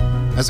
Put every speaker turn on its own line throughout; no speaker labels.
As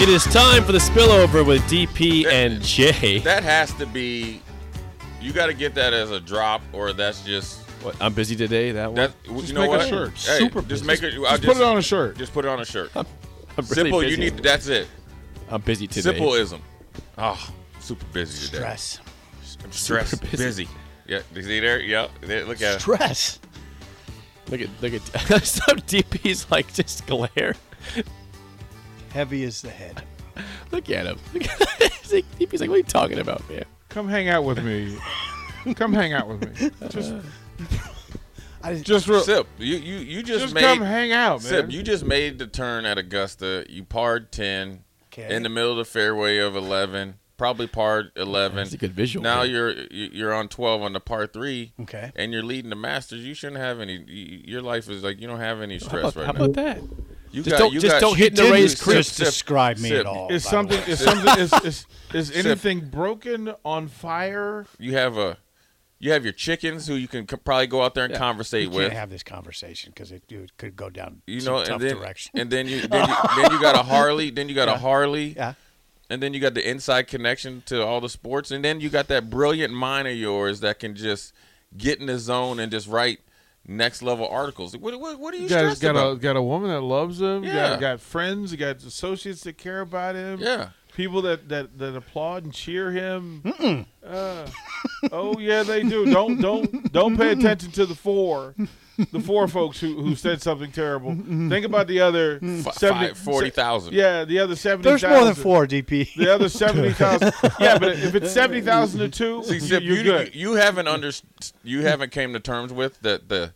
It is time for the spillover with DP and J.
That has to be. You got to get that as a drop, or that's just.
What, I'm busy today. That one.
That, you
Just
know
make a
what?
shirt.
Hey,
Super
Just
busy.
make it.
Just-
I'll
just put it on a shirt.
Just put it on a shirt.
I'm really
Simple. You
busy.
need. That's it.
I'm busy today.
Simpleism. Oh, super busy today.
Stress.
I'm stressed.
Super busy.
busy. Yeah. You see there? Yeah. There, look at it.
Stress.
Look at look at some DP's like just glare.
Heavy as the head.
Look at him. Look at- DP's like, what are you talking about, man?
Come hang out with me. Come hang out with me. Just,
I,
just real.
Sip. You you you just,
Just
made.
come hang out,
Sip.
man.
You just made the turn at Augusta. You parred ten.
Okay.
In the middle of the fairway of eleven. Probably par eleven.
That's a good visual,
Now
man.
you're you- you're on twelve on the par three.
Okay.
And you're leading the Masters. You shouldn't have any. y- y- Your life is like you don't have any
How
stress
about,
right
how
now.
about that?
You
Just don't- just don't hit the
you
raised
didn't
crib.
just
just describe me at all.
Is
Oh, by the
something?
way.
Is something? Is is, is anything broken on fire?
You have a, you have your chickens who you can co- probably go out there and conversate
You can't
with.
have this conversation because it, it could go down
you
some
know, and
tough
then
direction.
and then you then you, then you got a Harley, then you got a Harley,
yeah.
and then you got the inside connection to all the sports, and then you got that brilliant mind of yours that can just get in the zone and just write next level articles. What what, what are you
You got,
stressed
got a
about?
got a woman that loves him. Yeah.
Yeah.
Got, got friends. You got associates that care about him.
Yeah.
People that, that, that applaud and cheer him. Uh, oh yeah, they do. Don't don't don't pay attention to the four, the four folks who, who said something terrible. Think about the other
Fi-
70
five- 40,000.
Yeah, the other seventy.
There's more than four, DP.
The other seventy thousand. yeah, but if it's seventy thousand to two,
See,
you,
Sip, you,
you're
you,
good.
you haven't under you haven't came to terms with that the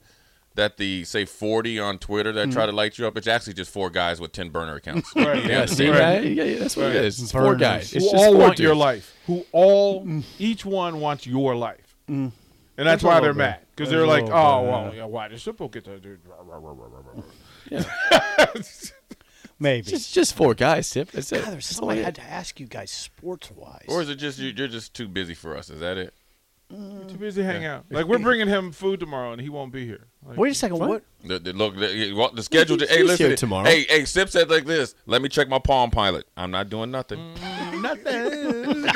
that the say forty on Twitter that try to light you up. It's actually just four guys with ten burner accounts.
Mm-hmm. Right.
Yeah, see
Right.
that? Yeah, yeah, that's what it is. It's four
Burners.
guys. It's
who
just
all
four
want your
dudes.
life. Who all, each one wants your life, and
There's
that's
Mm. a
why they're
little
mad
bit.
because
There's
they're
a
like,
little
oh,
bit,
well,
yeah.
yeah, why does Sippo get to do? rah, rah, rah, rah, rah, rah, rah."
Maybe.
Just just four guys, Sip. That's it.
God, there's
That's
something
all
I
it
had
is.
to ask you guys sports wise.
Or is it just you, you're just too busy for us? Is that it?
You're Too busy hanging out. Like we're bringing him food tomorrow, and he won't be here. Like,
Wait a second. What?
The, the- look, the, what- the schedule.
he's-
hey,
he's
listen.
here tomorrow.
Hey, hey, Sip said like this. Let me check my Palm Pilot. I'm not doing Mm, nothing.
nothing.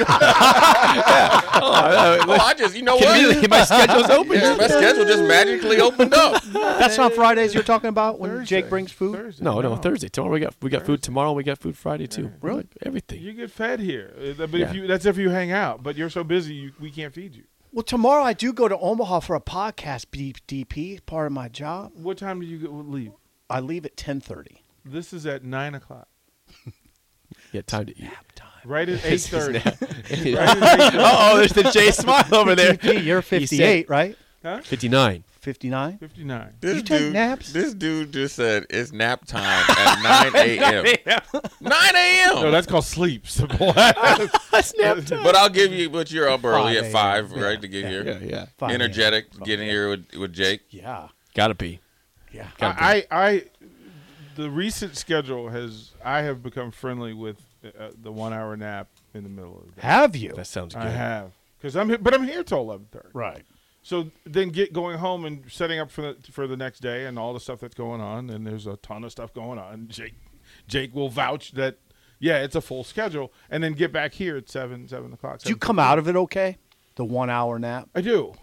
oh, I just you know
Immediately,
what?
my schedule's open.
Yeah, my schedule just magically opened up.
That's not Fridays you're talking about when Jake brings food?
Thursday.
No, no, Thursday. Tomorrow we got we got food. Tomorrow we got food. Friday too. Really, everything.
You get fed here, Uh, but
Yeah.
if you, that's if you hang out. But you're so busy, you, we can't feed you.
Well, tomorrow I do go to Omaha for a podcast, B- DP, part of my job.
What time do you go- leave?
I leave at 10.30.
This is at nine o'clock.
Yeah, time to eat.
Right at eight thirty.
oh, there's the J smile over there.
DP, you're 58, right?
Huh?
Fifty-nine.
59?
Fifty nine.
This
You take
dude,
naps?
This dude just said it's nap time at 9 a.m. 9 a.m.
No, that's called sleep. Simple.
That's nap time.
But I'll give you, but you're up early at
5
five,
a.m.
right, to get here.
Yeah, yeah.
Fine, yeah.
Energetic, getting here with, with Jake.
Yeah.
Gotta be.
Yeah.
I, I, I, the recent schedule has. I have become friendly with uh, the one hour nap in the middle of the day.
Have you?
That sounds good.
I have because I'm, he- but I'm here till eleven thirty.
right.
So then get going home and setting up for the for the next day and all the stuff that's going on. And there's a ton of stuff going on. Jake, Jake will vouch that. Yeah, it's a full schedule, and then get back here at seven, seven o'clock.
Do you come out of it okay? The one hour nap?
I do.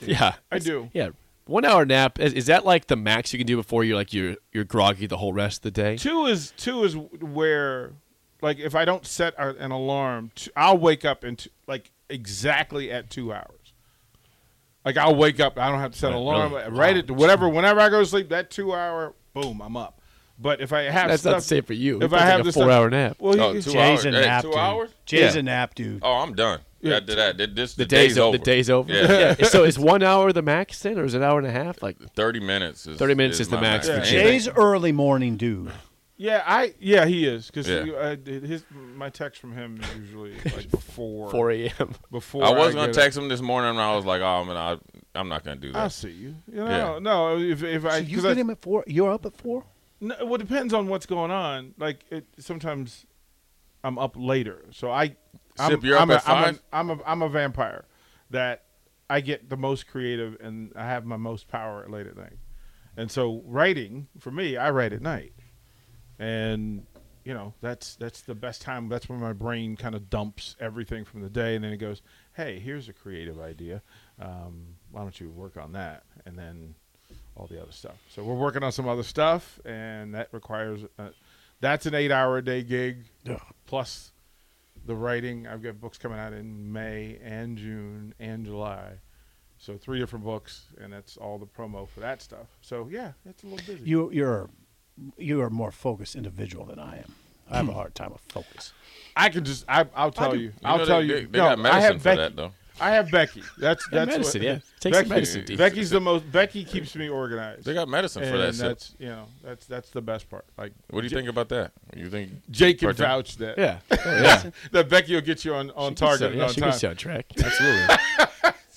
Yeah,
I do.
yeah. One hour nap is, is that like the max you can do before you're like you're you're groggy the whole rest of the day?
Two is two is where, like, if I don't set a, an alarm, t- I'll wake up and t- like exactly at two hours. Like I'll wake up, I don't have to set an
Right,
alarm
really?
right, at whatever. Whenever I go to sleep, that two hour, boom, I'm up. But if I have
That's
stuff,
not safe for you.
If
You
I
take
have
a
this
four
stuff-
hour nap.
well,
Oh,
you-
two hours.
Jay's a
Hey,
nap
two
dude.
hours?
Jay's
Yeah.
a nap dude.
Oh, I'm done.
Yeah.
After that, th- this
The,
the
day's, o-
over.
The day's over.
Yeah.
Yeah. So is one hour the max then, or is it an hour and a half? Like
Thirty minutes. Is,
30 minutes is the
my
max for
Anything.
Jay.
Jay's early morning dude.
Yeah, I yeah he is because
Yeah.
his my text from him is usually like before
4 a.m.
before
I was gonna
get it.
text him this morning, and I was like, "Oh man, I, I'm not gonna do
I
that."
see you. You know,
Yeah.
no. If if
So
I,
you
'cause
get
I-
him at four. You're up at four.
No, well, it depends on what's going on. Like it, sometimes I'm up later, so I. I'm,
Sip, you're up
I'm
at
a, I'm a-
five?
I'm a I'm a vampire that I get the most creative and I have my most power late at night, and so writing for me, I write at night, and you know that's that's the best time. That's when my brain kind of dumps everything from the day, and then it goes, "Hey, here's a creative idea. Um, why don't you work on that?" And then all the other stuff. So we're working on some other stuff, and that requires uh that's an eight-hour a day gig plus the writing. I've got books coming out in May and June and July, so three different books, and that's all the promo for that stuff. So yeah, it's a little busy.
You you're you are a more focused individual than I am. I have a hard time with focus.
I can just I, I'll tell
do.
you.
You
I'll
know, they-
tell
They,
you.
they
no,
got medicine
I have
for
Becky.
that though.
I have Becky. That's that's
medicine,
what,
yeah. Take some
Becky,
medicine, Dee.
Becky's the most. Becky keeps me organized.
They got medicine for
And
that. Sip.
That's you know that's that's the best part. Like
What do you think about that? You think
Jake can
Partake-
vouch that.
Yeah.
Yeah.
that Becky will get you on, on
She can
target
sell-
and
yeah,
on
she
time.
can sell track. Absolutely.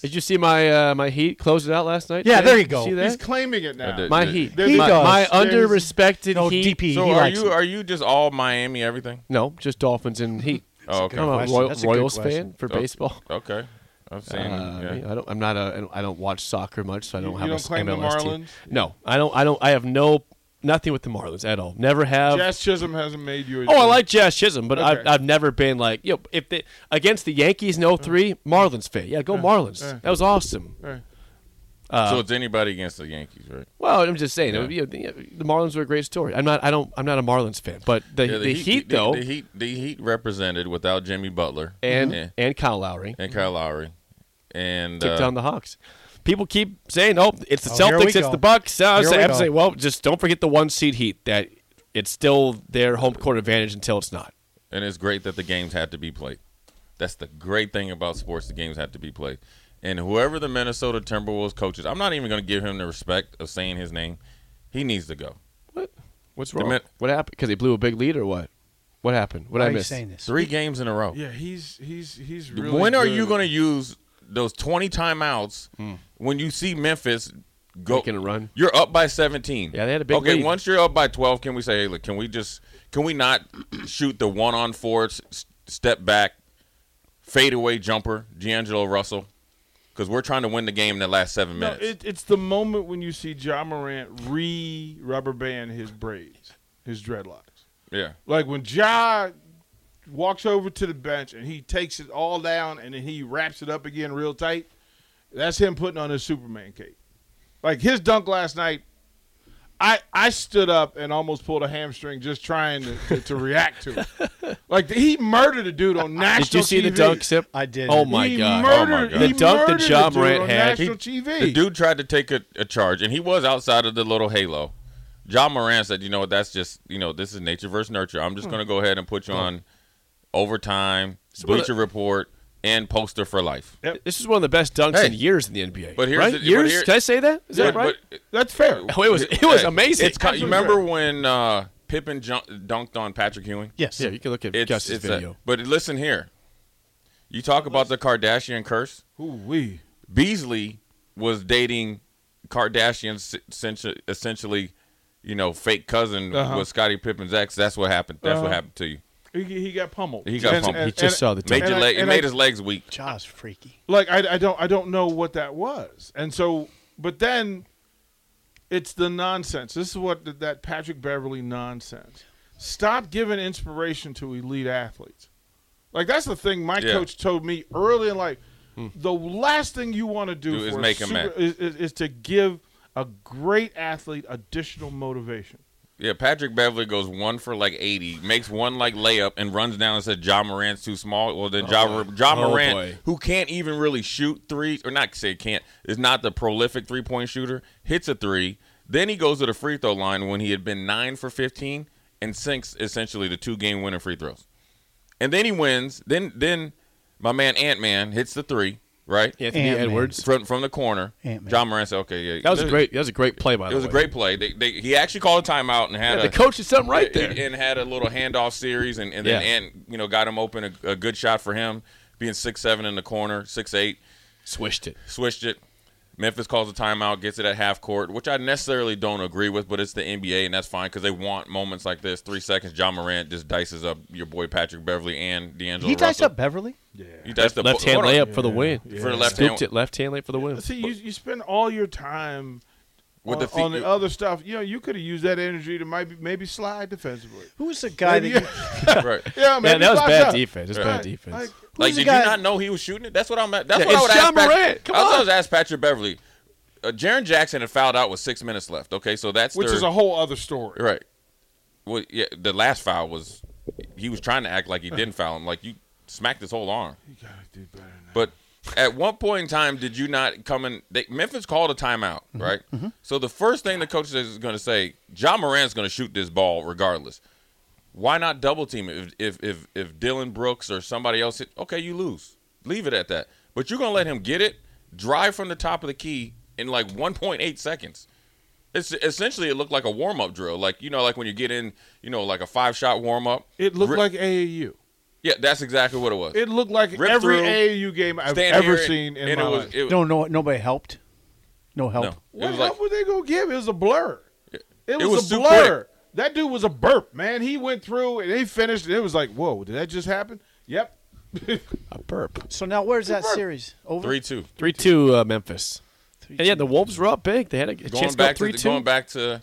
Did you see my uh, my heat close it out last night?
Yeah,
Jay?
there you go.
See
He's
that?
claiming it now.
I did.
My
He
heat.
does.
my my
There's-
underrespected
No
heat.
DP.
So
he
are
likes
you
it.
are you just all Miami everything?
No, just Dolphins and Heat.
Oh, okay.
I'm a
question.
Roy-
That's a good
Royals
question.
fan for
Oh.
baseball.
Okay, I've seen.
Uh,
yeah.
I don't. I'm not a. I don't- I don't watch soccer much, so I
You-
don't
you
have
don't
a s-
claim the
MLS team.
Marlins?
No, I don't. I don't. I have no nothing with the Marlins at all. Never have.
Jazz Chisholm hasn't made you. A
uh, Oh, I like Jazz Chisholm, but I've,
Okay.
I've never been like you know, if they against the Yankees in 03, Marlins fan. Yeah, go Marlins.
yeah.
That was awesome.
All right.
so it's anybody against the Yankees, right?
Well, I'm just saying, you know, the, the Marlins were a great story. I'm not. I don't. I'm not a Marlins fan, but the,
Yeah,
the, Heat, though,
the, the Heat, the Heat represented without Jimmy Butler
and
yeah,
and Kyle Lowry
and Kyle Lowry, and
took
uh,
down the Hawks. People keep saying, "Oh, it's the
Oh, here we
Celtics, it's
go.
the Bucks." I
Here we
say, I'm
go.
saying, well, just don't forget the one seed Heat that it's still their home court advantage until it's not.
and it's great that the games had to be played. That's the great thing about sports. The games had to be played, and whoever the Minnesota Timberwolves coaches, I'm not even going to give him the respect of saying his name. He needs to go.
What? What's
The
wrong?
min-
what happened? Because they blew a big lead, or what? What happened? What
Why
I
are you
missed?
saying this?
Three games in a row.
Yeah, he's he's he's really.
when are you
good. Hmm.
going to use those 20 timeouts when you see Memphis go
Making a run?
You're up by 17.
Yeah, they had a big
Okay,
lead.
once you're up by 12, can we say, hey, look, can we just can we not shoot the one on four s- s- step back fadeaway jumper, D'Angelo Russell? Because we're trying to win the game in the last seven
No,
minutes.
it, it's the moment when you see John Morant re rubber band his braids, his dreadlocks.
yeah,
Like when Ja walks over to the bench and he takes it all down and then he wraps it up again real tight. That's him putting on his Superman cape. Like his dunk last night, I I stood up and almost pulled a hamstring just trying to, to, to react to it. Like he murdered a dude on national.
Did you see the
TV.
dunk, Sip?
I did.
Oh my
he
god!
Murdered,
Oh my God.
He
The dunk that
murdered
Ja
a dude
Morant
on
had.
National TV.
the dude tried to take a, a charge, and he was outside of the little halo. John Moran said, "You know what? That's just you know this is nature versus nurture. I'm
Hmm.
just going to go ahead and put you on overtime,
uh,
Bleacher Report, and poster for life."
This is one of the best dunks in
Hey.
years in the NBA.
But here's
right?
the- but
years?
here-
Did I say that? Is that
But-
right?
but-
That's fair.
oh, it was. It was
Hey,
amazing.
It's kind, you remember when uh, Pippen junk, dunked on Patrick Ewing?
Yes.
yeah, you can look at
it's,
Gus's
it's a-
video.
but listen here, you talk about the Kardashian curse.
Ooh-wee.
Beasley was dating Kardashian's essentially, essentially you know, fake cousin
Uh-huh.
with Scottie Pippen's ex. That's what happened. That's what
Uh-huh.
Hmm.
Oh,
My man Ant Man hits the three, right?
Anthony
Ant-Man.
Edwards.
From from the corner.
Ant-Man.
John Moran said, okay, yeah.
That was a
It-
great. That was a great play by
It
the
was a
way.
great play. They, they, he actually called a timeout and had
Yeah,
a
the coach is something right there.
and- and had a little handoff series, and, and then
Yeah.
Ant, you know, got him open a, a good shot for him, being six seven in the corner, six eight,
Swished it.
switched it. Memphis calls a timeout, gets it at half court, which I necessarily don't agree with, but it's the NBA and that's fine because they want moments like this. Three seconds, John Morant just dices up your boy Patrick Beverly and D'Angelo.
He diced
Russell.
up Beverly.
Yeah.
He diced up
Left hand
hold on.
layup for the win.
Yeah.
For the left
Scooped
hand-
it. Left hand layup for the win.
See, you, you spend all your time
With
on,
the
the
feet-
on the other stuff. You know, you could have used that energy to maybe maybe slide defensively.
Who's the guy that?
Maybe-
You,
right.
yeah,
Man,
maybe
that was
slide
bad
up.
defense. That's
Right.
bad defense.
Like,
Like,
the
did
guy-
you not know he was shooting it? That's what I'm. At. That's
Yeah,
what I
it's
would
John
ask. Pat-
Morant. Come
I was
on.
always asked Patrick Beverly. Uh, Jaron Jackson had fouled out with six minutes left. Okay, so that's
which
their-
is a whole other story.
right. Well, yeah, the last foul was he was trying to act like he didn't foul him. Like you smacked his whole arm.
You gotta do better than that.
But at one point in time, did you not come in? They, Memphis called a timeout,
Mm-hmm.
right? So the first thing the coach says is going to say, John Moran's going to shoot this ball regardless. Why not double team it? If, if if if Dylan Brooks or somebody else hit, okay, you lose. Leave it at that. But you're going to let him get it, drive from the top of the key in like 1.8 seconds. It's essentially it looked like a warm up drill, like you know, like when you get in, you know, like a five shot warm up.
It looked like AAU.
yeah, that's exactly what it was.
It looked like
Rip
every
through,
AAU game I've
Stand
ever
here and-
seen in
and
my
it was,
life.
It,
no, no, nobody helped. No help.
no, it
What
was
help
like
were they gonna give? It was a blur. It was,
was
a
too
blur.
quick.
That dude was a burp, man. He went through and he finished. And it was like, whoa, did that just happen? Yep.
A burp.
So now where's that series over?
three two.
Three two uh, Memphis. And yeah, the Wolves were up big. They had a, a
Going
chance to go
back
three
to
two.
going back to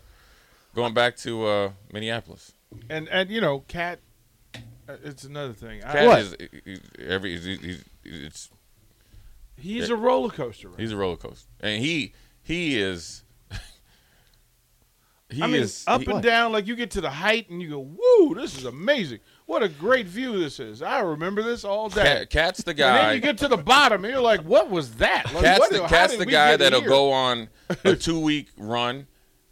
going back to uh, Minneapolis.
And and you know, cat. uh, It's another thing. I-
Cat
What?
is he- every he's, he's, it's
he's a roller coaster. Right?
he's a roller coaster, and he he is he
I mean,
is
up
he-
and down. Like you get to the height and you go, "Woo, this is amazing! What a great view this is! I remember this all day."
Cat, cat's the
and
guy.
then you get to the bottom and you're like, "What was that?" Like,
Cat's
what-
the,
how
Cat's
did
the
we
guy
get
that'll
here?
go on a two week run,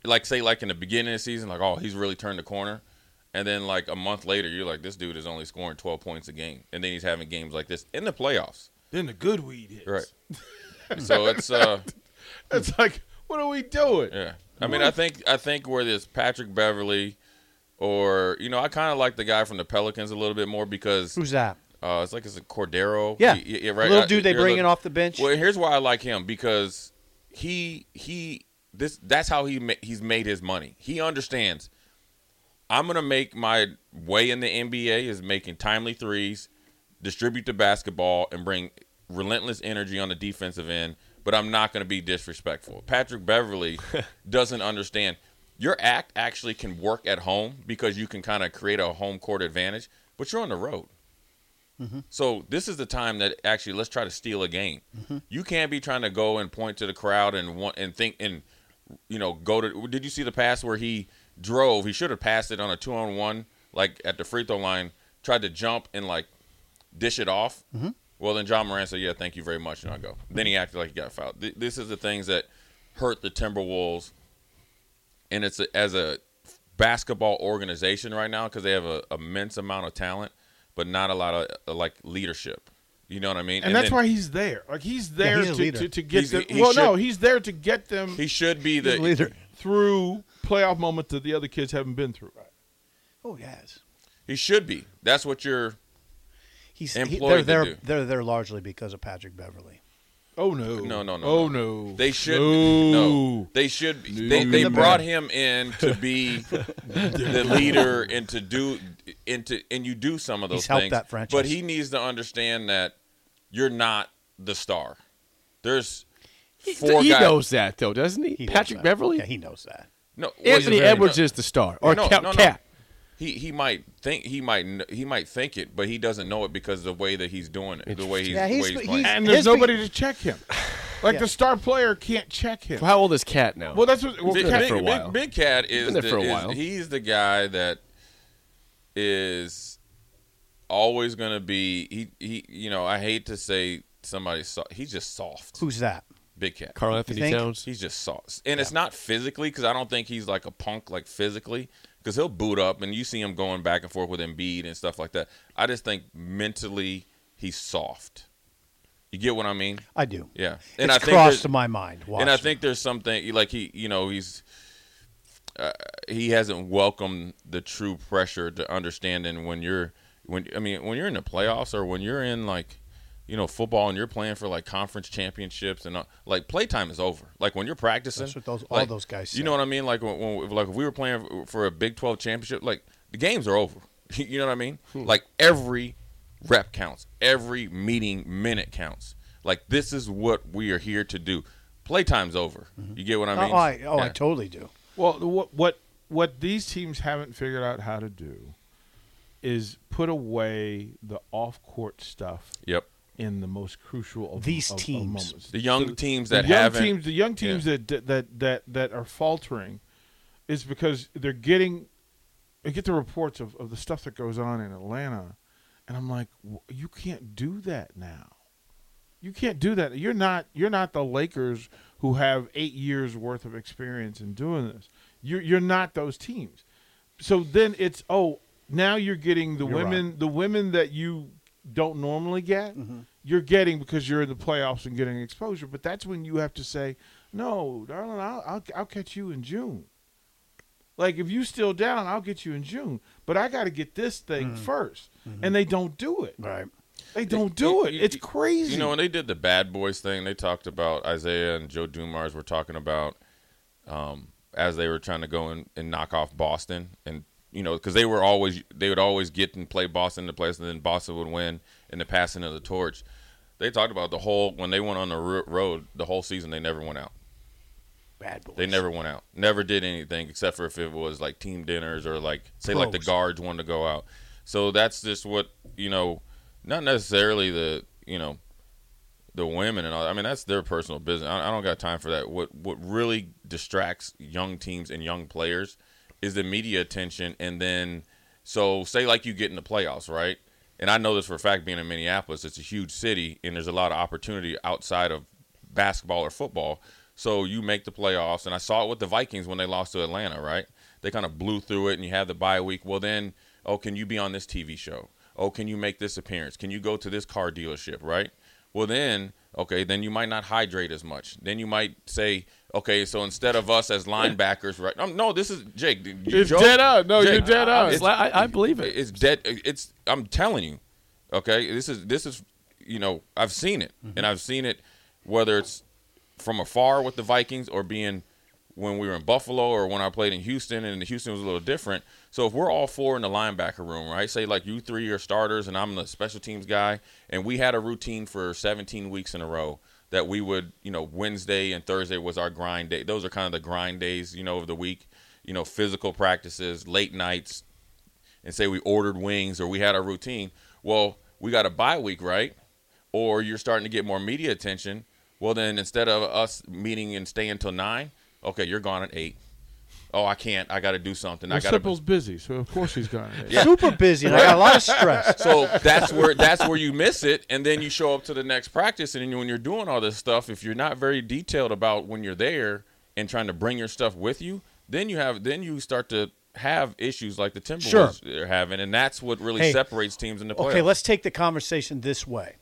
like say like in the beginning of the season, like oh he's really turned the corner, and then like a month later you're like this dude is only scoring twelve points a game, and then he's having games like this in the playoffs,
Then the good weed hits.
right? so it's uh
It's like, what are we doing?
yeah. I mean I think I think whether it's Patrick Beverly or you know I kind of like the guy from the Pelicans a little bit more because
Who's that?
uh, it's like it's a Cordero
Yeah.
Y- y- yeah right
Little
I-
dude they
you're
bring
look-
in off the bench.
Well, here's why I like him because he he this that's how he ma- he's made his money. He understands. I'm gonna make my way in the NBA is making timely threes, distribute the basketball, and bring relentless energy on the defensive end. But I'm not gonna be disrespectful. Patrick Beverly doesn't understand. Your act actually can work at home because you can kind of create a home court advantage, but you're on the road. So this is the time that actually let's try to steal a game. You can't be trying to go and point to the crowd and want and think and you know go to. Did you see the pass where he drove? He should have passed it on a two on one, like at the free throw line. Tried to jump and like dish it off.
Mm-hmm.
Well, then John Moran said, "Yeah, thank you very much," and I go. Then he acted like he got fouled. Th- this is the things that hurt the Timberwolves, and it's a, as a basketball organization right now because they have a immense amount of talent, but not a lot of uh, like leadership. You know what I mean?
And, that's
then
why he's there. Like he's there
he's a
to,
leader.
to, to get
He's-
them.
he
well, no,
should-
he's there to get them
he should be the
Leader.
through playoff moments that the other kids haven't been through.
Oh yes.
He should be. That's what you're.
He's he,
Employed to
they're there.
do.
They're there largely because of Patrick Beverly.
Oh no!
No, no, no,
Oh no!
They should.
No.
No. They should. be- They,
No.
they brought him in to be the leader and to do and to and you do some of those
He's helped
things.
that franchise.
But he needs to understand that you're not the star. There's four
he
guys.
knows that though, doesn't he?
He knows
Patrick
that.
Beverly.
Yeah, he knows that.
No, well,
Anthony
he's-
Edwards
no,
is the star, or
no,
Cat.
no, no.
Cat.
He he might think he might kn- he might think it, but he doesn't know it because of the way that he's doing it, the way he's,
Yeah,
the way
he's-
he's playing.
he's-
and there's
His big-
nobody to check him. Like
Yeah.
the star player can't check him.
How old is Cat now?
Well, that's what. Well,
Big,
Cat-
there for a
Big-
while.
Big, Big Cat is,
Been there
the-
for a
is-
while.
he's the guy that is always going to be he he you know, I hate to say somebody's soft. He's just soft.
Who's that?
Big Cat.
Carl Anthony
think?
Towns.
He's just soft. And it's not physically cuz I don't think he's like a punk like physically cuz he'll boot up and you see him going back and forth with Embiid and stuff like that. I just think mentally he's soft. You get what I mean?
I do.
Yeah.
it's
I
crossed
there's-
my mind.
and I
watching.
think there's something like he, you know, he's uh, he hasn't welcomed the true pressure to understanding when you're when I mean when you're in the playoffs or when you're in like you know football and you're playing for like conference championships and uh, like playtime is over. Like when you're practicing,
That's what those- all
like,
those guys
You
say.
know what I mean? Like when, when like if we were playing for a Big Twelve championship, like the games are over. you know what I mean? Like every rep counts, every meeting minute counts. Like this is what we are here to do. Playtime's over. You get what I mean?
oh, I, oh, I
Yeah.
totally do.
Well, what what what these teams haven't figured out how to do is put away the off-court stuff
Yep.
in the most crucial of
These
of- of
teams.
moments.
The young teams
The
that
young
haven't
teams, the young teams that that that that are faltering, is because they're getting, I get the reports of, of the stuff that goes on in Atlanta, and I'm like, "W- you can't do that now. You can't do that. You're not you're not the Lakers who have eight years worth of experience in doing this. You're you're not those teams. So then it's oh now you're getting the women the women that you don't normally get.
Mm-hmm.
You're getting because you're in the playoffs and getting exposure. But that's when you have to say no, darling. I'll I'll, I'll catch you in June. Like if you still down, I'll get you in June. But I got to get this thing
Mm-hmm.
1st and they don't do it.
Right.
They don't do it.
you-
It's crazy.
You know, when they did the bad boys thing, they talked about Isaiah and Joe Dumars were talking about um, as they were trying to go and, and knock off Boston, and you know, because they were always they would always get and play Boston to place, and then Boston would win in the passing of the torch. They talked about the whole when they went on the ro- road the whole season they never went out.
Bad boys.
They never went out. Never did anything except for if it was like team dinners or like say like the
Pros.
guards wanted to go out. So that's just what you know. Not necessarily the you know the women and all. I mean that's their personal business. I, I don't got time for that. What what really distracts young teams and young players is the media attention and then so say like you get in the playoffs right. And I know this for a fact being in Minneapolis, it's a huge city and there's a lot of opportunity outside of basketball or football. So you make the playoffs, and I saw it with the Vikings when they lost to Atlanta, right? They kind of blew through it, and you have the bye week. Well, then, oh, can you be on this TV show? Oh, can you make this appearance? Can you go to this car dealership, right? Well, then, okay, then you might not hydrate as much. Then you might say, okay, so instead of us as linebackers, right? Um, no, this is Jake. you
It's
joke?
dead on. No,
Jake,
you're dead on.
I'm
it's-
glad- I, I believe it.
it's dead. It's I'm telling you, okay. This is this is you know I've seen it,
Mm-hmm.
and I've seen it whether it's from afar with the Vikings or being when we were in Buffalo or when I played in Houston, and Houston was a little different. So if we're all four in the linebacker room, right? Say like you three are starters, and I'm the special teams guy, and we had a routine for 17 weeks in a row that we would, you know, Wednesday and Thursday was our grind day. Those are kind of the grind days, you know, of the week. You know, physical practices, late nights, and say we ordered wings or we had our routine. Well, we got a bye week, right? Or you're starting to get more media attention. Well, then instead of us meeting and staying till nine, okay, you're gone at eight. Oh, I can't. I got to do something. I
Well,
got to
Sipple's busy, so of course he's gone.
Super busy. And I got a lot of stress.
so that's where that's where you miss it, and then you show up to the next practice, and then when you're doing all this stuff, if you're not very detailed about when you're there and trying to bring your stuff with you, then you have then you start to have issues like the Timberwolves are having, and that's what really
Hey,
separates teams in the playoffs.
Okay, let's take the conversation this way.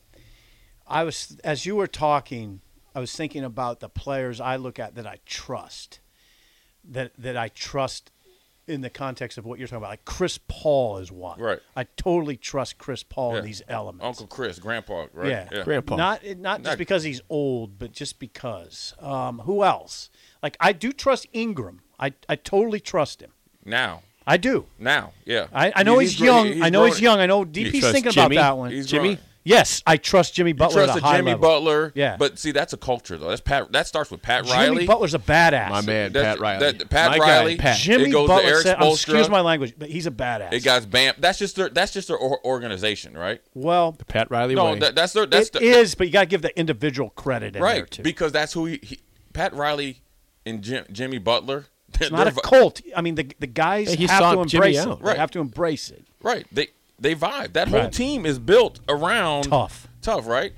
I was as you were talking, I was thinking about the players I look at that I trust. That that I trust in the context of what you're talking about. Like Chris Paul is one.
Right.
I totally trust Chris Paul
Yeah.
in these elements.
Uncle Chris, Grandpa, right?
Yeah.
Grandpa.
Not not, just
Not-
because he's old, but just because. Um, who else? Like I do trust Ingram. I, I totally trust him.
Now,
I do.
now, yeah.
I, I know he's,
grown-
young.
he's
I know he's
grown.
young. I know DP's
trust
thinking
Jimmy?
about that one.
He's
Jimmy?
grown.
Yes, I trust Jimmy Butler
Trust
at a
the
high
Jimmy
level.
Butler.
Yeah.
But see, that's a culture though. That's Pat. That starts with Pat
Jimmy
Riley.
Butler's a badass.
My man,
That's-
Pat Riley.
that- Pat
My
Riley.
Guy, Pat.
Jimmy
It goes to
Butler.
Eric
said, I'm-
Spoelstra.
excuse my language, but he's a badass.
It got Bam. That's just their. That's just their or- organization, right?
well.
Pat Riley.
No,
way.
that, that's their.
It is,
That's the,
but you got to give the individual credit in there
right
too.
because that's who he, he Pat Riley and Jim, Jimmy Butler.
it's not a cult. I mean, the the guys
Yeah, he
have to
sought Jimmy
embrace it.
out.
They
Right.
have to embrace it.
Right. They they vibe. That whole
Right.
team is built around
Tough.
Tough, right?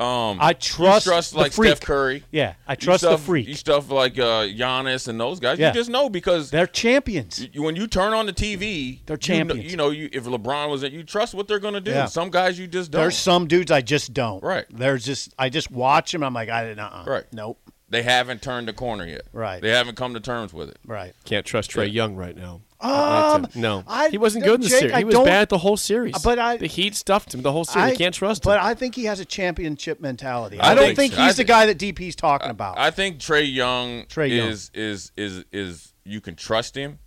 Um,
I trust
you trust
the
like
freak.
Steph Curry.
Yeah, I
You
trust
stuff,
the freak.
You stuff like uh, Giannis and those guys.
Yeah.
You just know because
They're champions.
you- when you turn on the TV,
They're
you know,
champions.
you know, you, if LeBron was, in, you trust what they're going to do.
Yeah.
Some guys you just don't.
There's some dudes I just don't.
Right.
There's just I just watch them. I'm like I didn't. Uh-uh.
Right.
Nope.
they haven't turned the corner yet.
Right.
They haven't come to terms with it.
Right.
Can't trust Trey Young right now.
Um,
no,
I-
he wasn't good in the
Jake,
series.
I
He was
don't-
bad the whole series.
But I-
the Heat stuffed him the whole series. you can't trust him.
But I think he has a championship mentality. I,
I
don't
think
think
so.
he's
I
the
think-
guy that DP's talking about.
I think Trey Young
Trae Young.
is is is is you can trust him.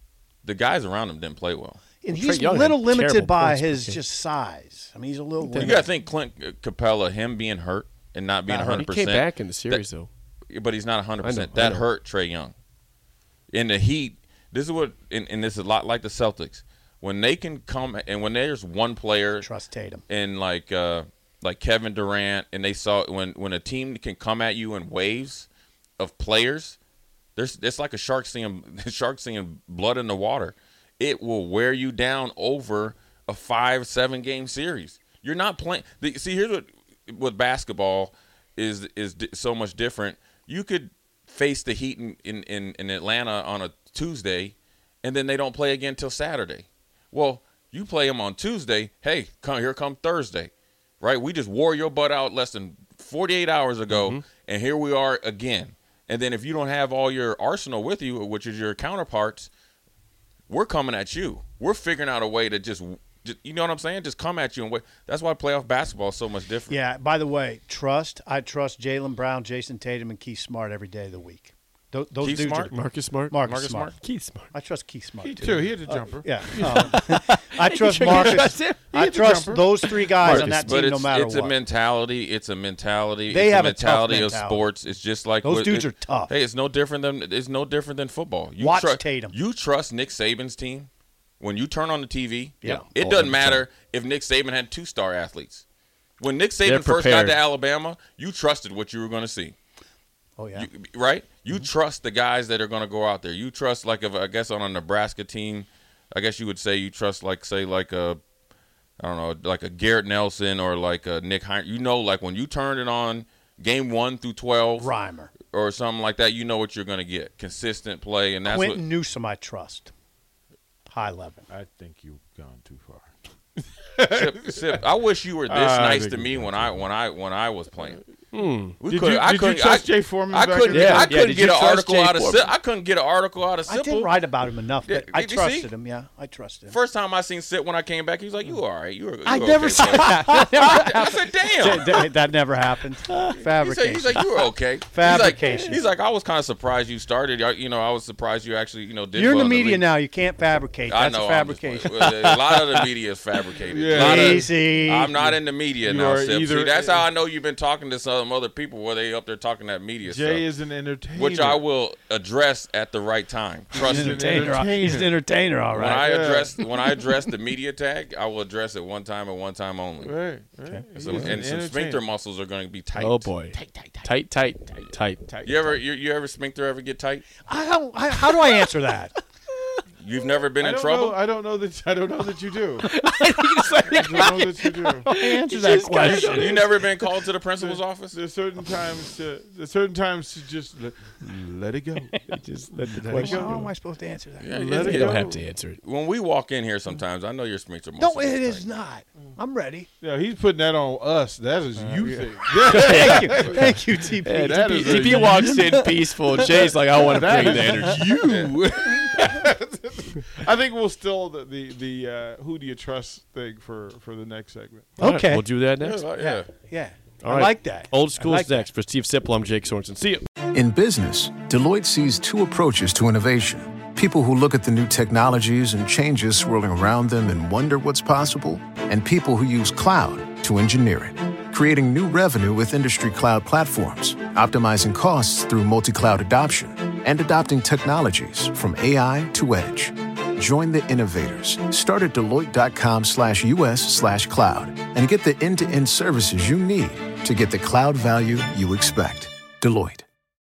The guys around him didn't play well.
and
Trae
he's a
Young had
little limited
terrible
by
points per
his
game.
just size. I mean, he's a little.
You
Limited.
got to think Clint uh, Capella, him being hurt and not being
Not
one
hurt.
he
hundred
came
percent.
back in the series though.
but he's not 100%.
I know, I
that
know.
hurt Trey Young. In the Heat, this is what, and, and this is a lot like the Celtics. When they can come, and when there's one player,
trust Tatum.
and like uh, like Kevin Durant, and they saw when when a team can come at you in waves of players, there's it's like a shark seeing shark seeing blood in the water. It will wear you down over a five seven game series. You're not playing. the- See, here's what with basketball is is di- so much different. You could face the Heat in in, in, in Atlanta on a Tuesday, and then they don't play again till Saturday. Well, you play them on Tuesday. Hey, come here come Thursday, right? We just wore your butt out less than 48 hours ago, and here we are again. And then if you don't have all your arsenal with you, which is your counterparts, we're coming at you. We're figuring out a way to just, just you know what I'm saying? Just come at you and wait. That's why playoff basketball is so much different.
Yeah. By the way, trust. I trust Jalen Brown, Jason Tatum, and Keith Smart every day of the week. Tho- those
Keith
dudes
Smart?
are.
Marcus Smart,
Marcus
Marcus
Smart.
Smart?
Keith Smart.
I trust Keith Smart
He too. He had
Uh,
a jumper.
Yeah. um, I trust Marcus.
trust him?
I
He's a
trust
jumper.
those three guys on
Marcus,
that
but
team
it's,
no matter
it's
what.
a mentality. It's a mentality.
They
it's
have a
a
tough
mentality of
mentality.
sports. It's just like
Those
what-
dudes
it-
are tough.
Hey, it's no different than it's no different than football. You
Watch
trust
Tatum.
You trust Nick Saban's team when you turn on the TV.
Yeah.
it
Oh,
All
doesn't
the
matter if Nick Saban had two star athletes. When Nick
They're
Saban first got
prepared.
to Alabama, you trusted what you were going to see.
oh yeah.
You- right? You
Mm-hmm.
trust the guys that are going to go out there. You trust like if I guess on a Nebraska team, I guess you would say you trust like say like a I don't know like a Garrett Nelson or like a Nick Heinrich. You know, like when you turn it on game one through twelve
Rhymer.
or something like that, you know what you're going to get consistent play, and that's
Quentin
what.
Newsom, I trust. High level.
I think you've gone too far.
Sip, sip. I wish you were this
Ah, I
nice
think
to
you
me when I when I when I was playing. We
Hmm. Did
could-
you-
I
did you
couldn't-
trust
I-
Jay Foreman
I
back
couldn't,
in the
get-
day?
I
Yeah,
couldn't
did
get
you
an
trust
article
Jay
out of.
Foreman?
Sip- I couldn't get an article out of.
I
Sipple.
didn't write about him enough, but
Yeah,
I
you see?
trusted him. Yeah, I trusted him.
First time I seen Sit when I came back, he was like, "You all right? You were." You
Mm. I
were
never
okay,
said
bro."
that. That never
I
happened.
said, "Damn."
That- that- that never happened.
He said,
Fabrication.
he's like, you were okay. He's like-
Fabrication.
He's like, I was kind of surprised you started. I- You know, I was surprised you actually, you know, did.
You're in
well
the media
league.
now. You can't fabricate.
I
That's
know.
a
I'm just
fabrication.
playing. Well, a lot of the media is fabricated.
Yeah.
A lot of-
Easy.
I'm not in the media
You
now,
are
Sip.
either-
See, that's how I know you've been talking to some other people where they up there talking that media
Jay
stuff,
is an entertainer.
which I will address at the right time. Trust
He's an
me.
entertainer. He's an entertainer, all
When
right.
I
Yeah.
address when I address the media tag, I will address it one time and one time only.
Right, right. He
So-
is an
and some sphincter
entertainer.
muscles are going to be tight.
Oh boy, tight, tight, tight, tight,
You ever you, you ever sphincter ever get tight?
I don't, I, how do I answer that?
You've never been
I
in
don't
trouble.
know. I don't know that. I don't know that you do. I don't know that you do.
answer that question.
You never been called to the principal's office.
There's certain times to. There's certain times to just let, let it go.
Just let the
question-
How am I supposed to answer that?
Yeah, it-
Let it
You don't
go.
have to answer it.
When we walk in here, sometimes I know your sphincter muscles.
No, it
are
is
tight.
not.
Mm.
I'm ready.
Yeah, he's putting that on us. That is
Uh,
you think.
Thank you. Thank you, TP.
That
TP,
is a-
TP walks in peaceful. Jay's like, I want to bring the energy.
you. I think we'll still the the, the uh, who do you trust thing for for the next segment.
All right,
Okay.
we'll do that
Yeah,
next.
like- yeah.
Yeah.
All
I
right.
like that.
Old
I
school's
like
next for Steve Sipple. I'm Jake Sorensen. See you.
In business, Deloitte sees two approaches to innovation people who look at the new technologies and changes swirling around them and wonder what's possible, and people who use cloud to engineer it, creating new revenue with industry cloud platforms, optimizing costs through multi cloud adoption, and adopting technologies from AI to edge. Join the innovators. Start at Deloitte.com slash US slash cloud and get the end to end services you need to get the cloud value you expect. Deloitte.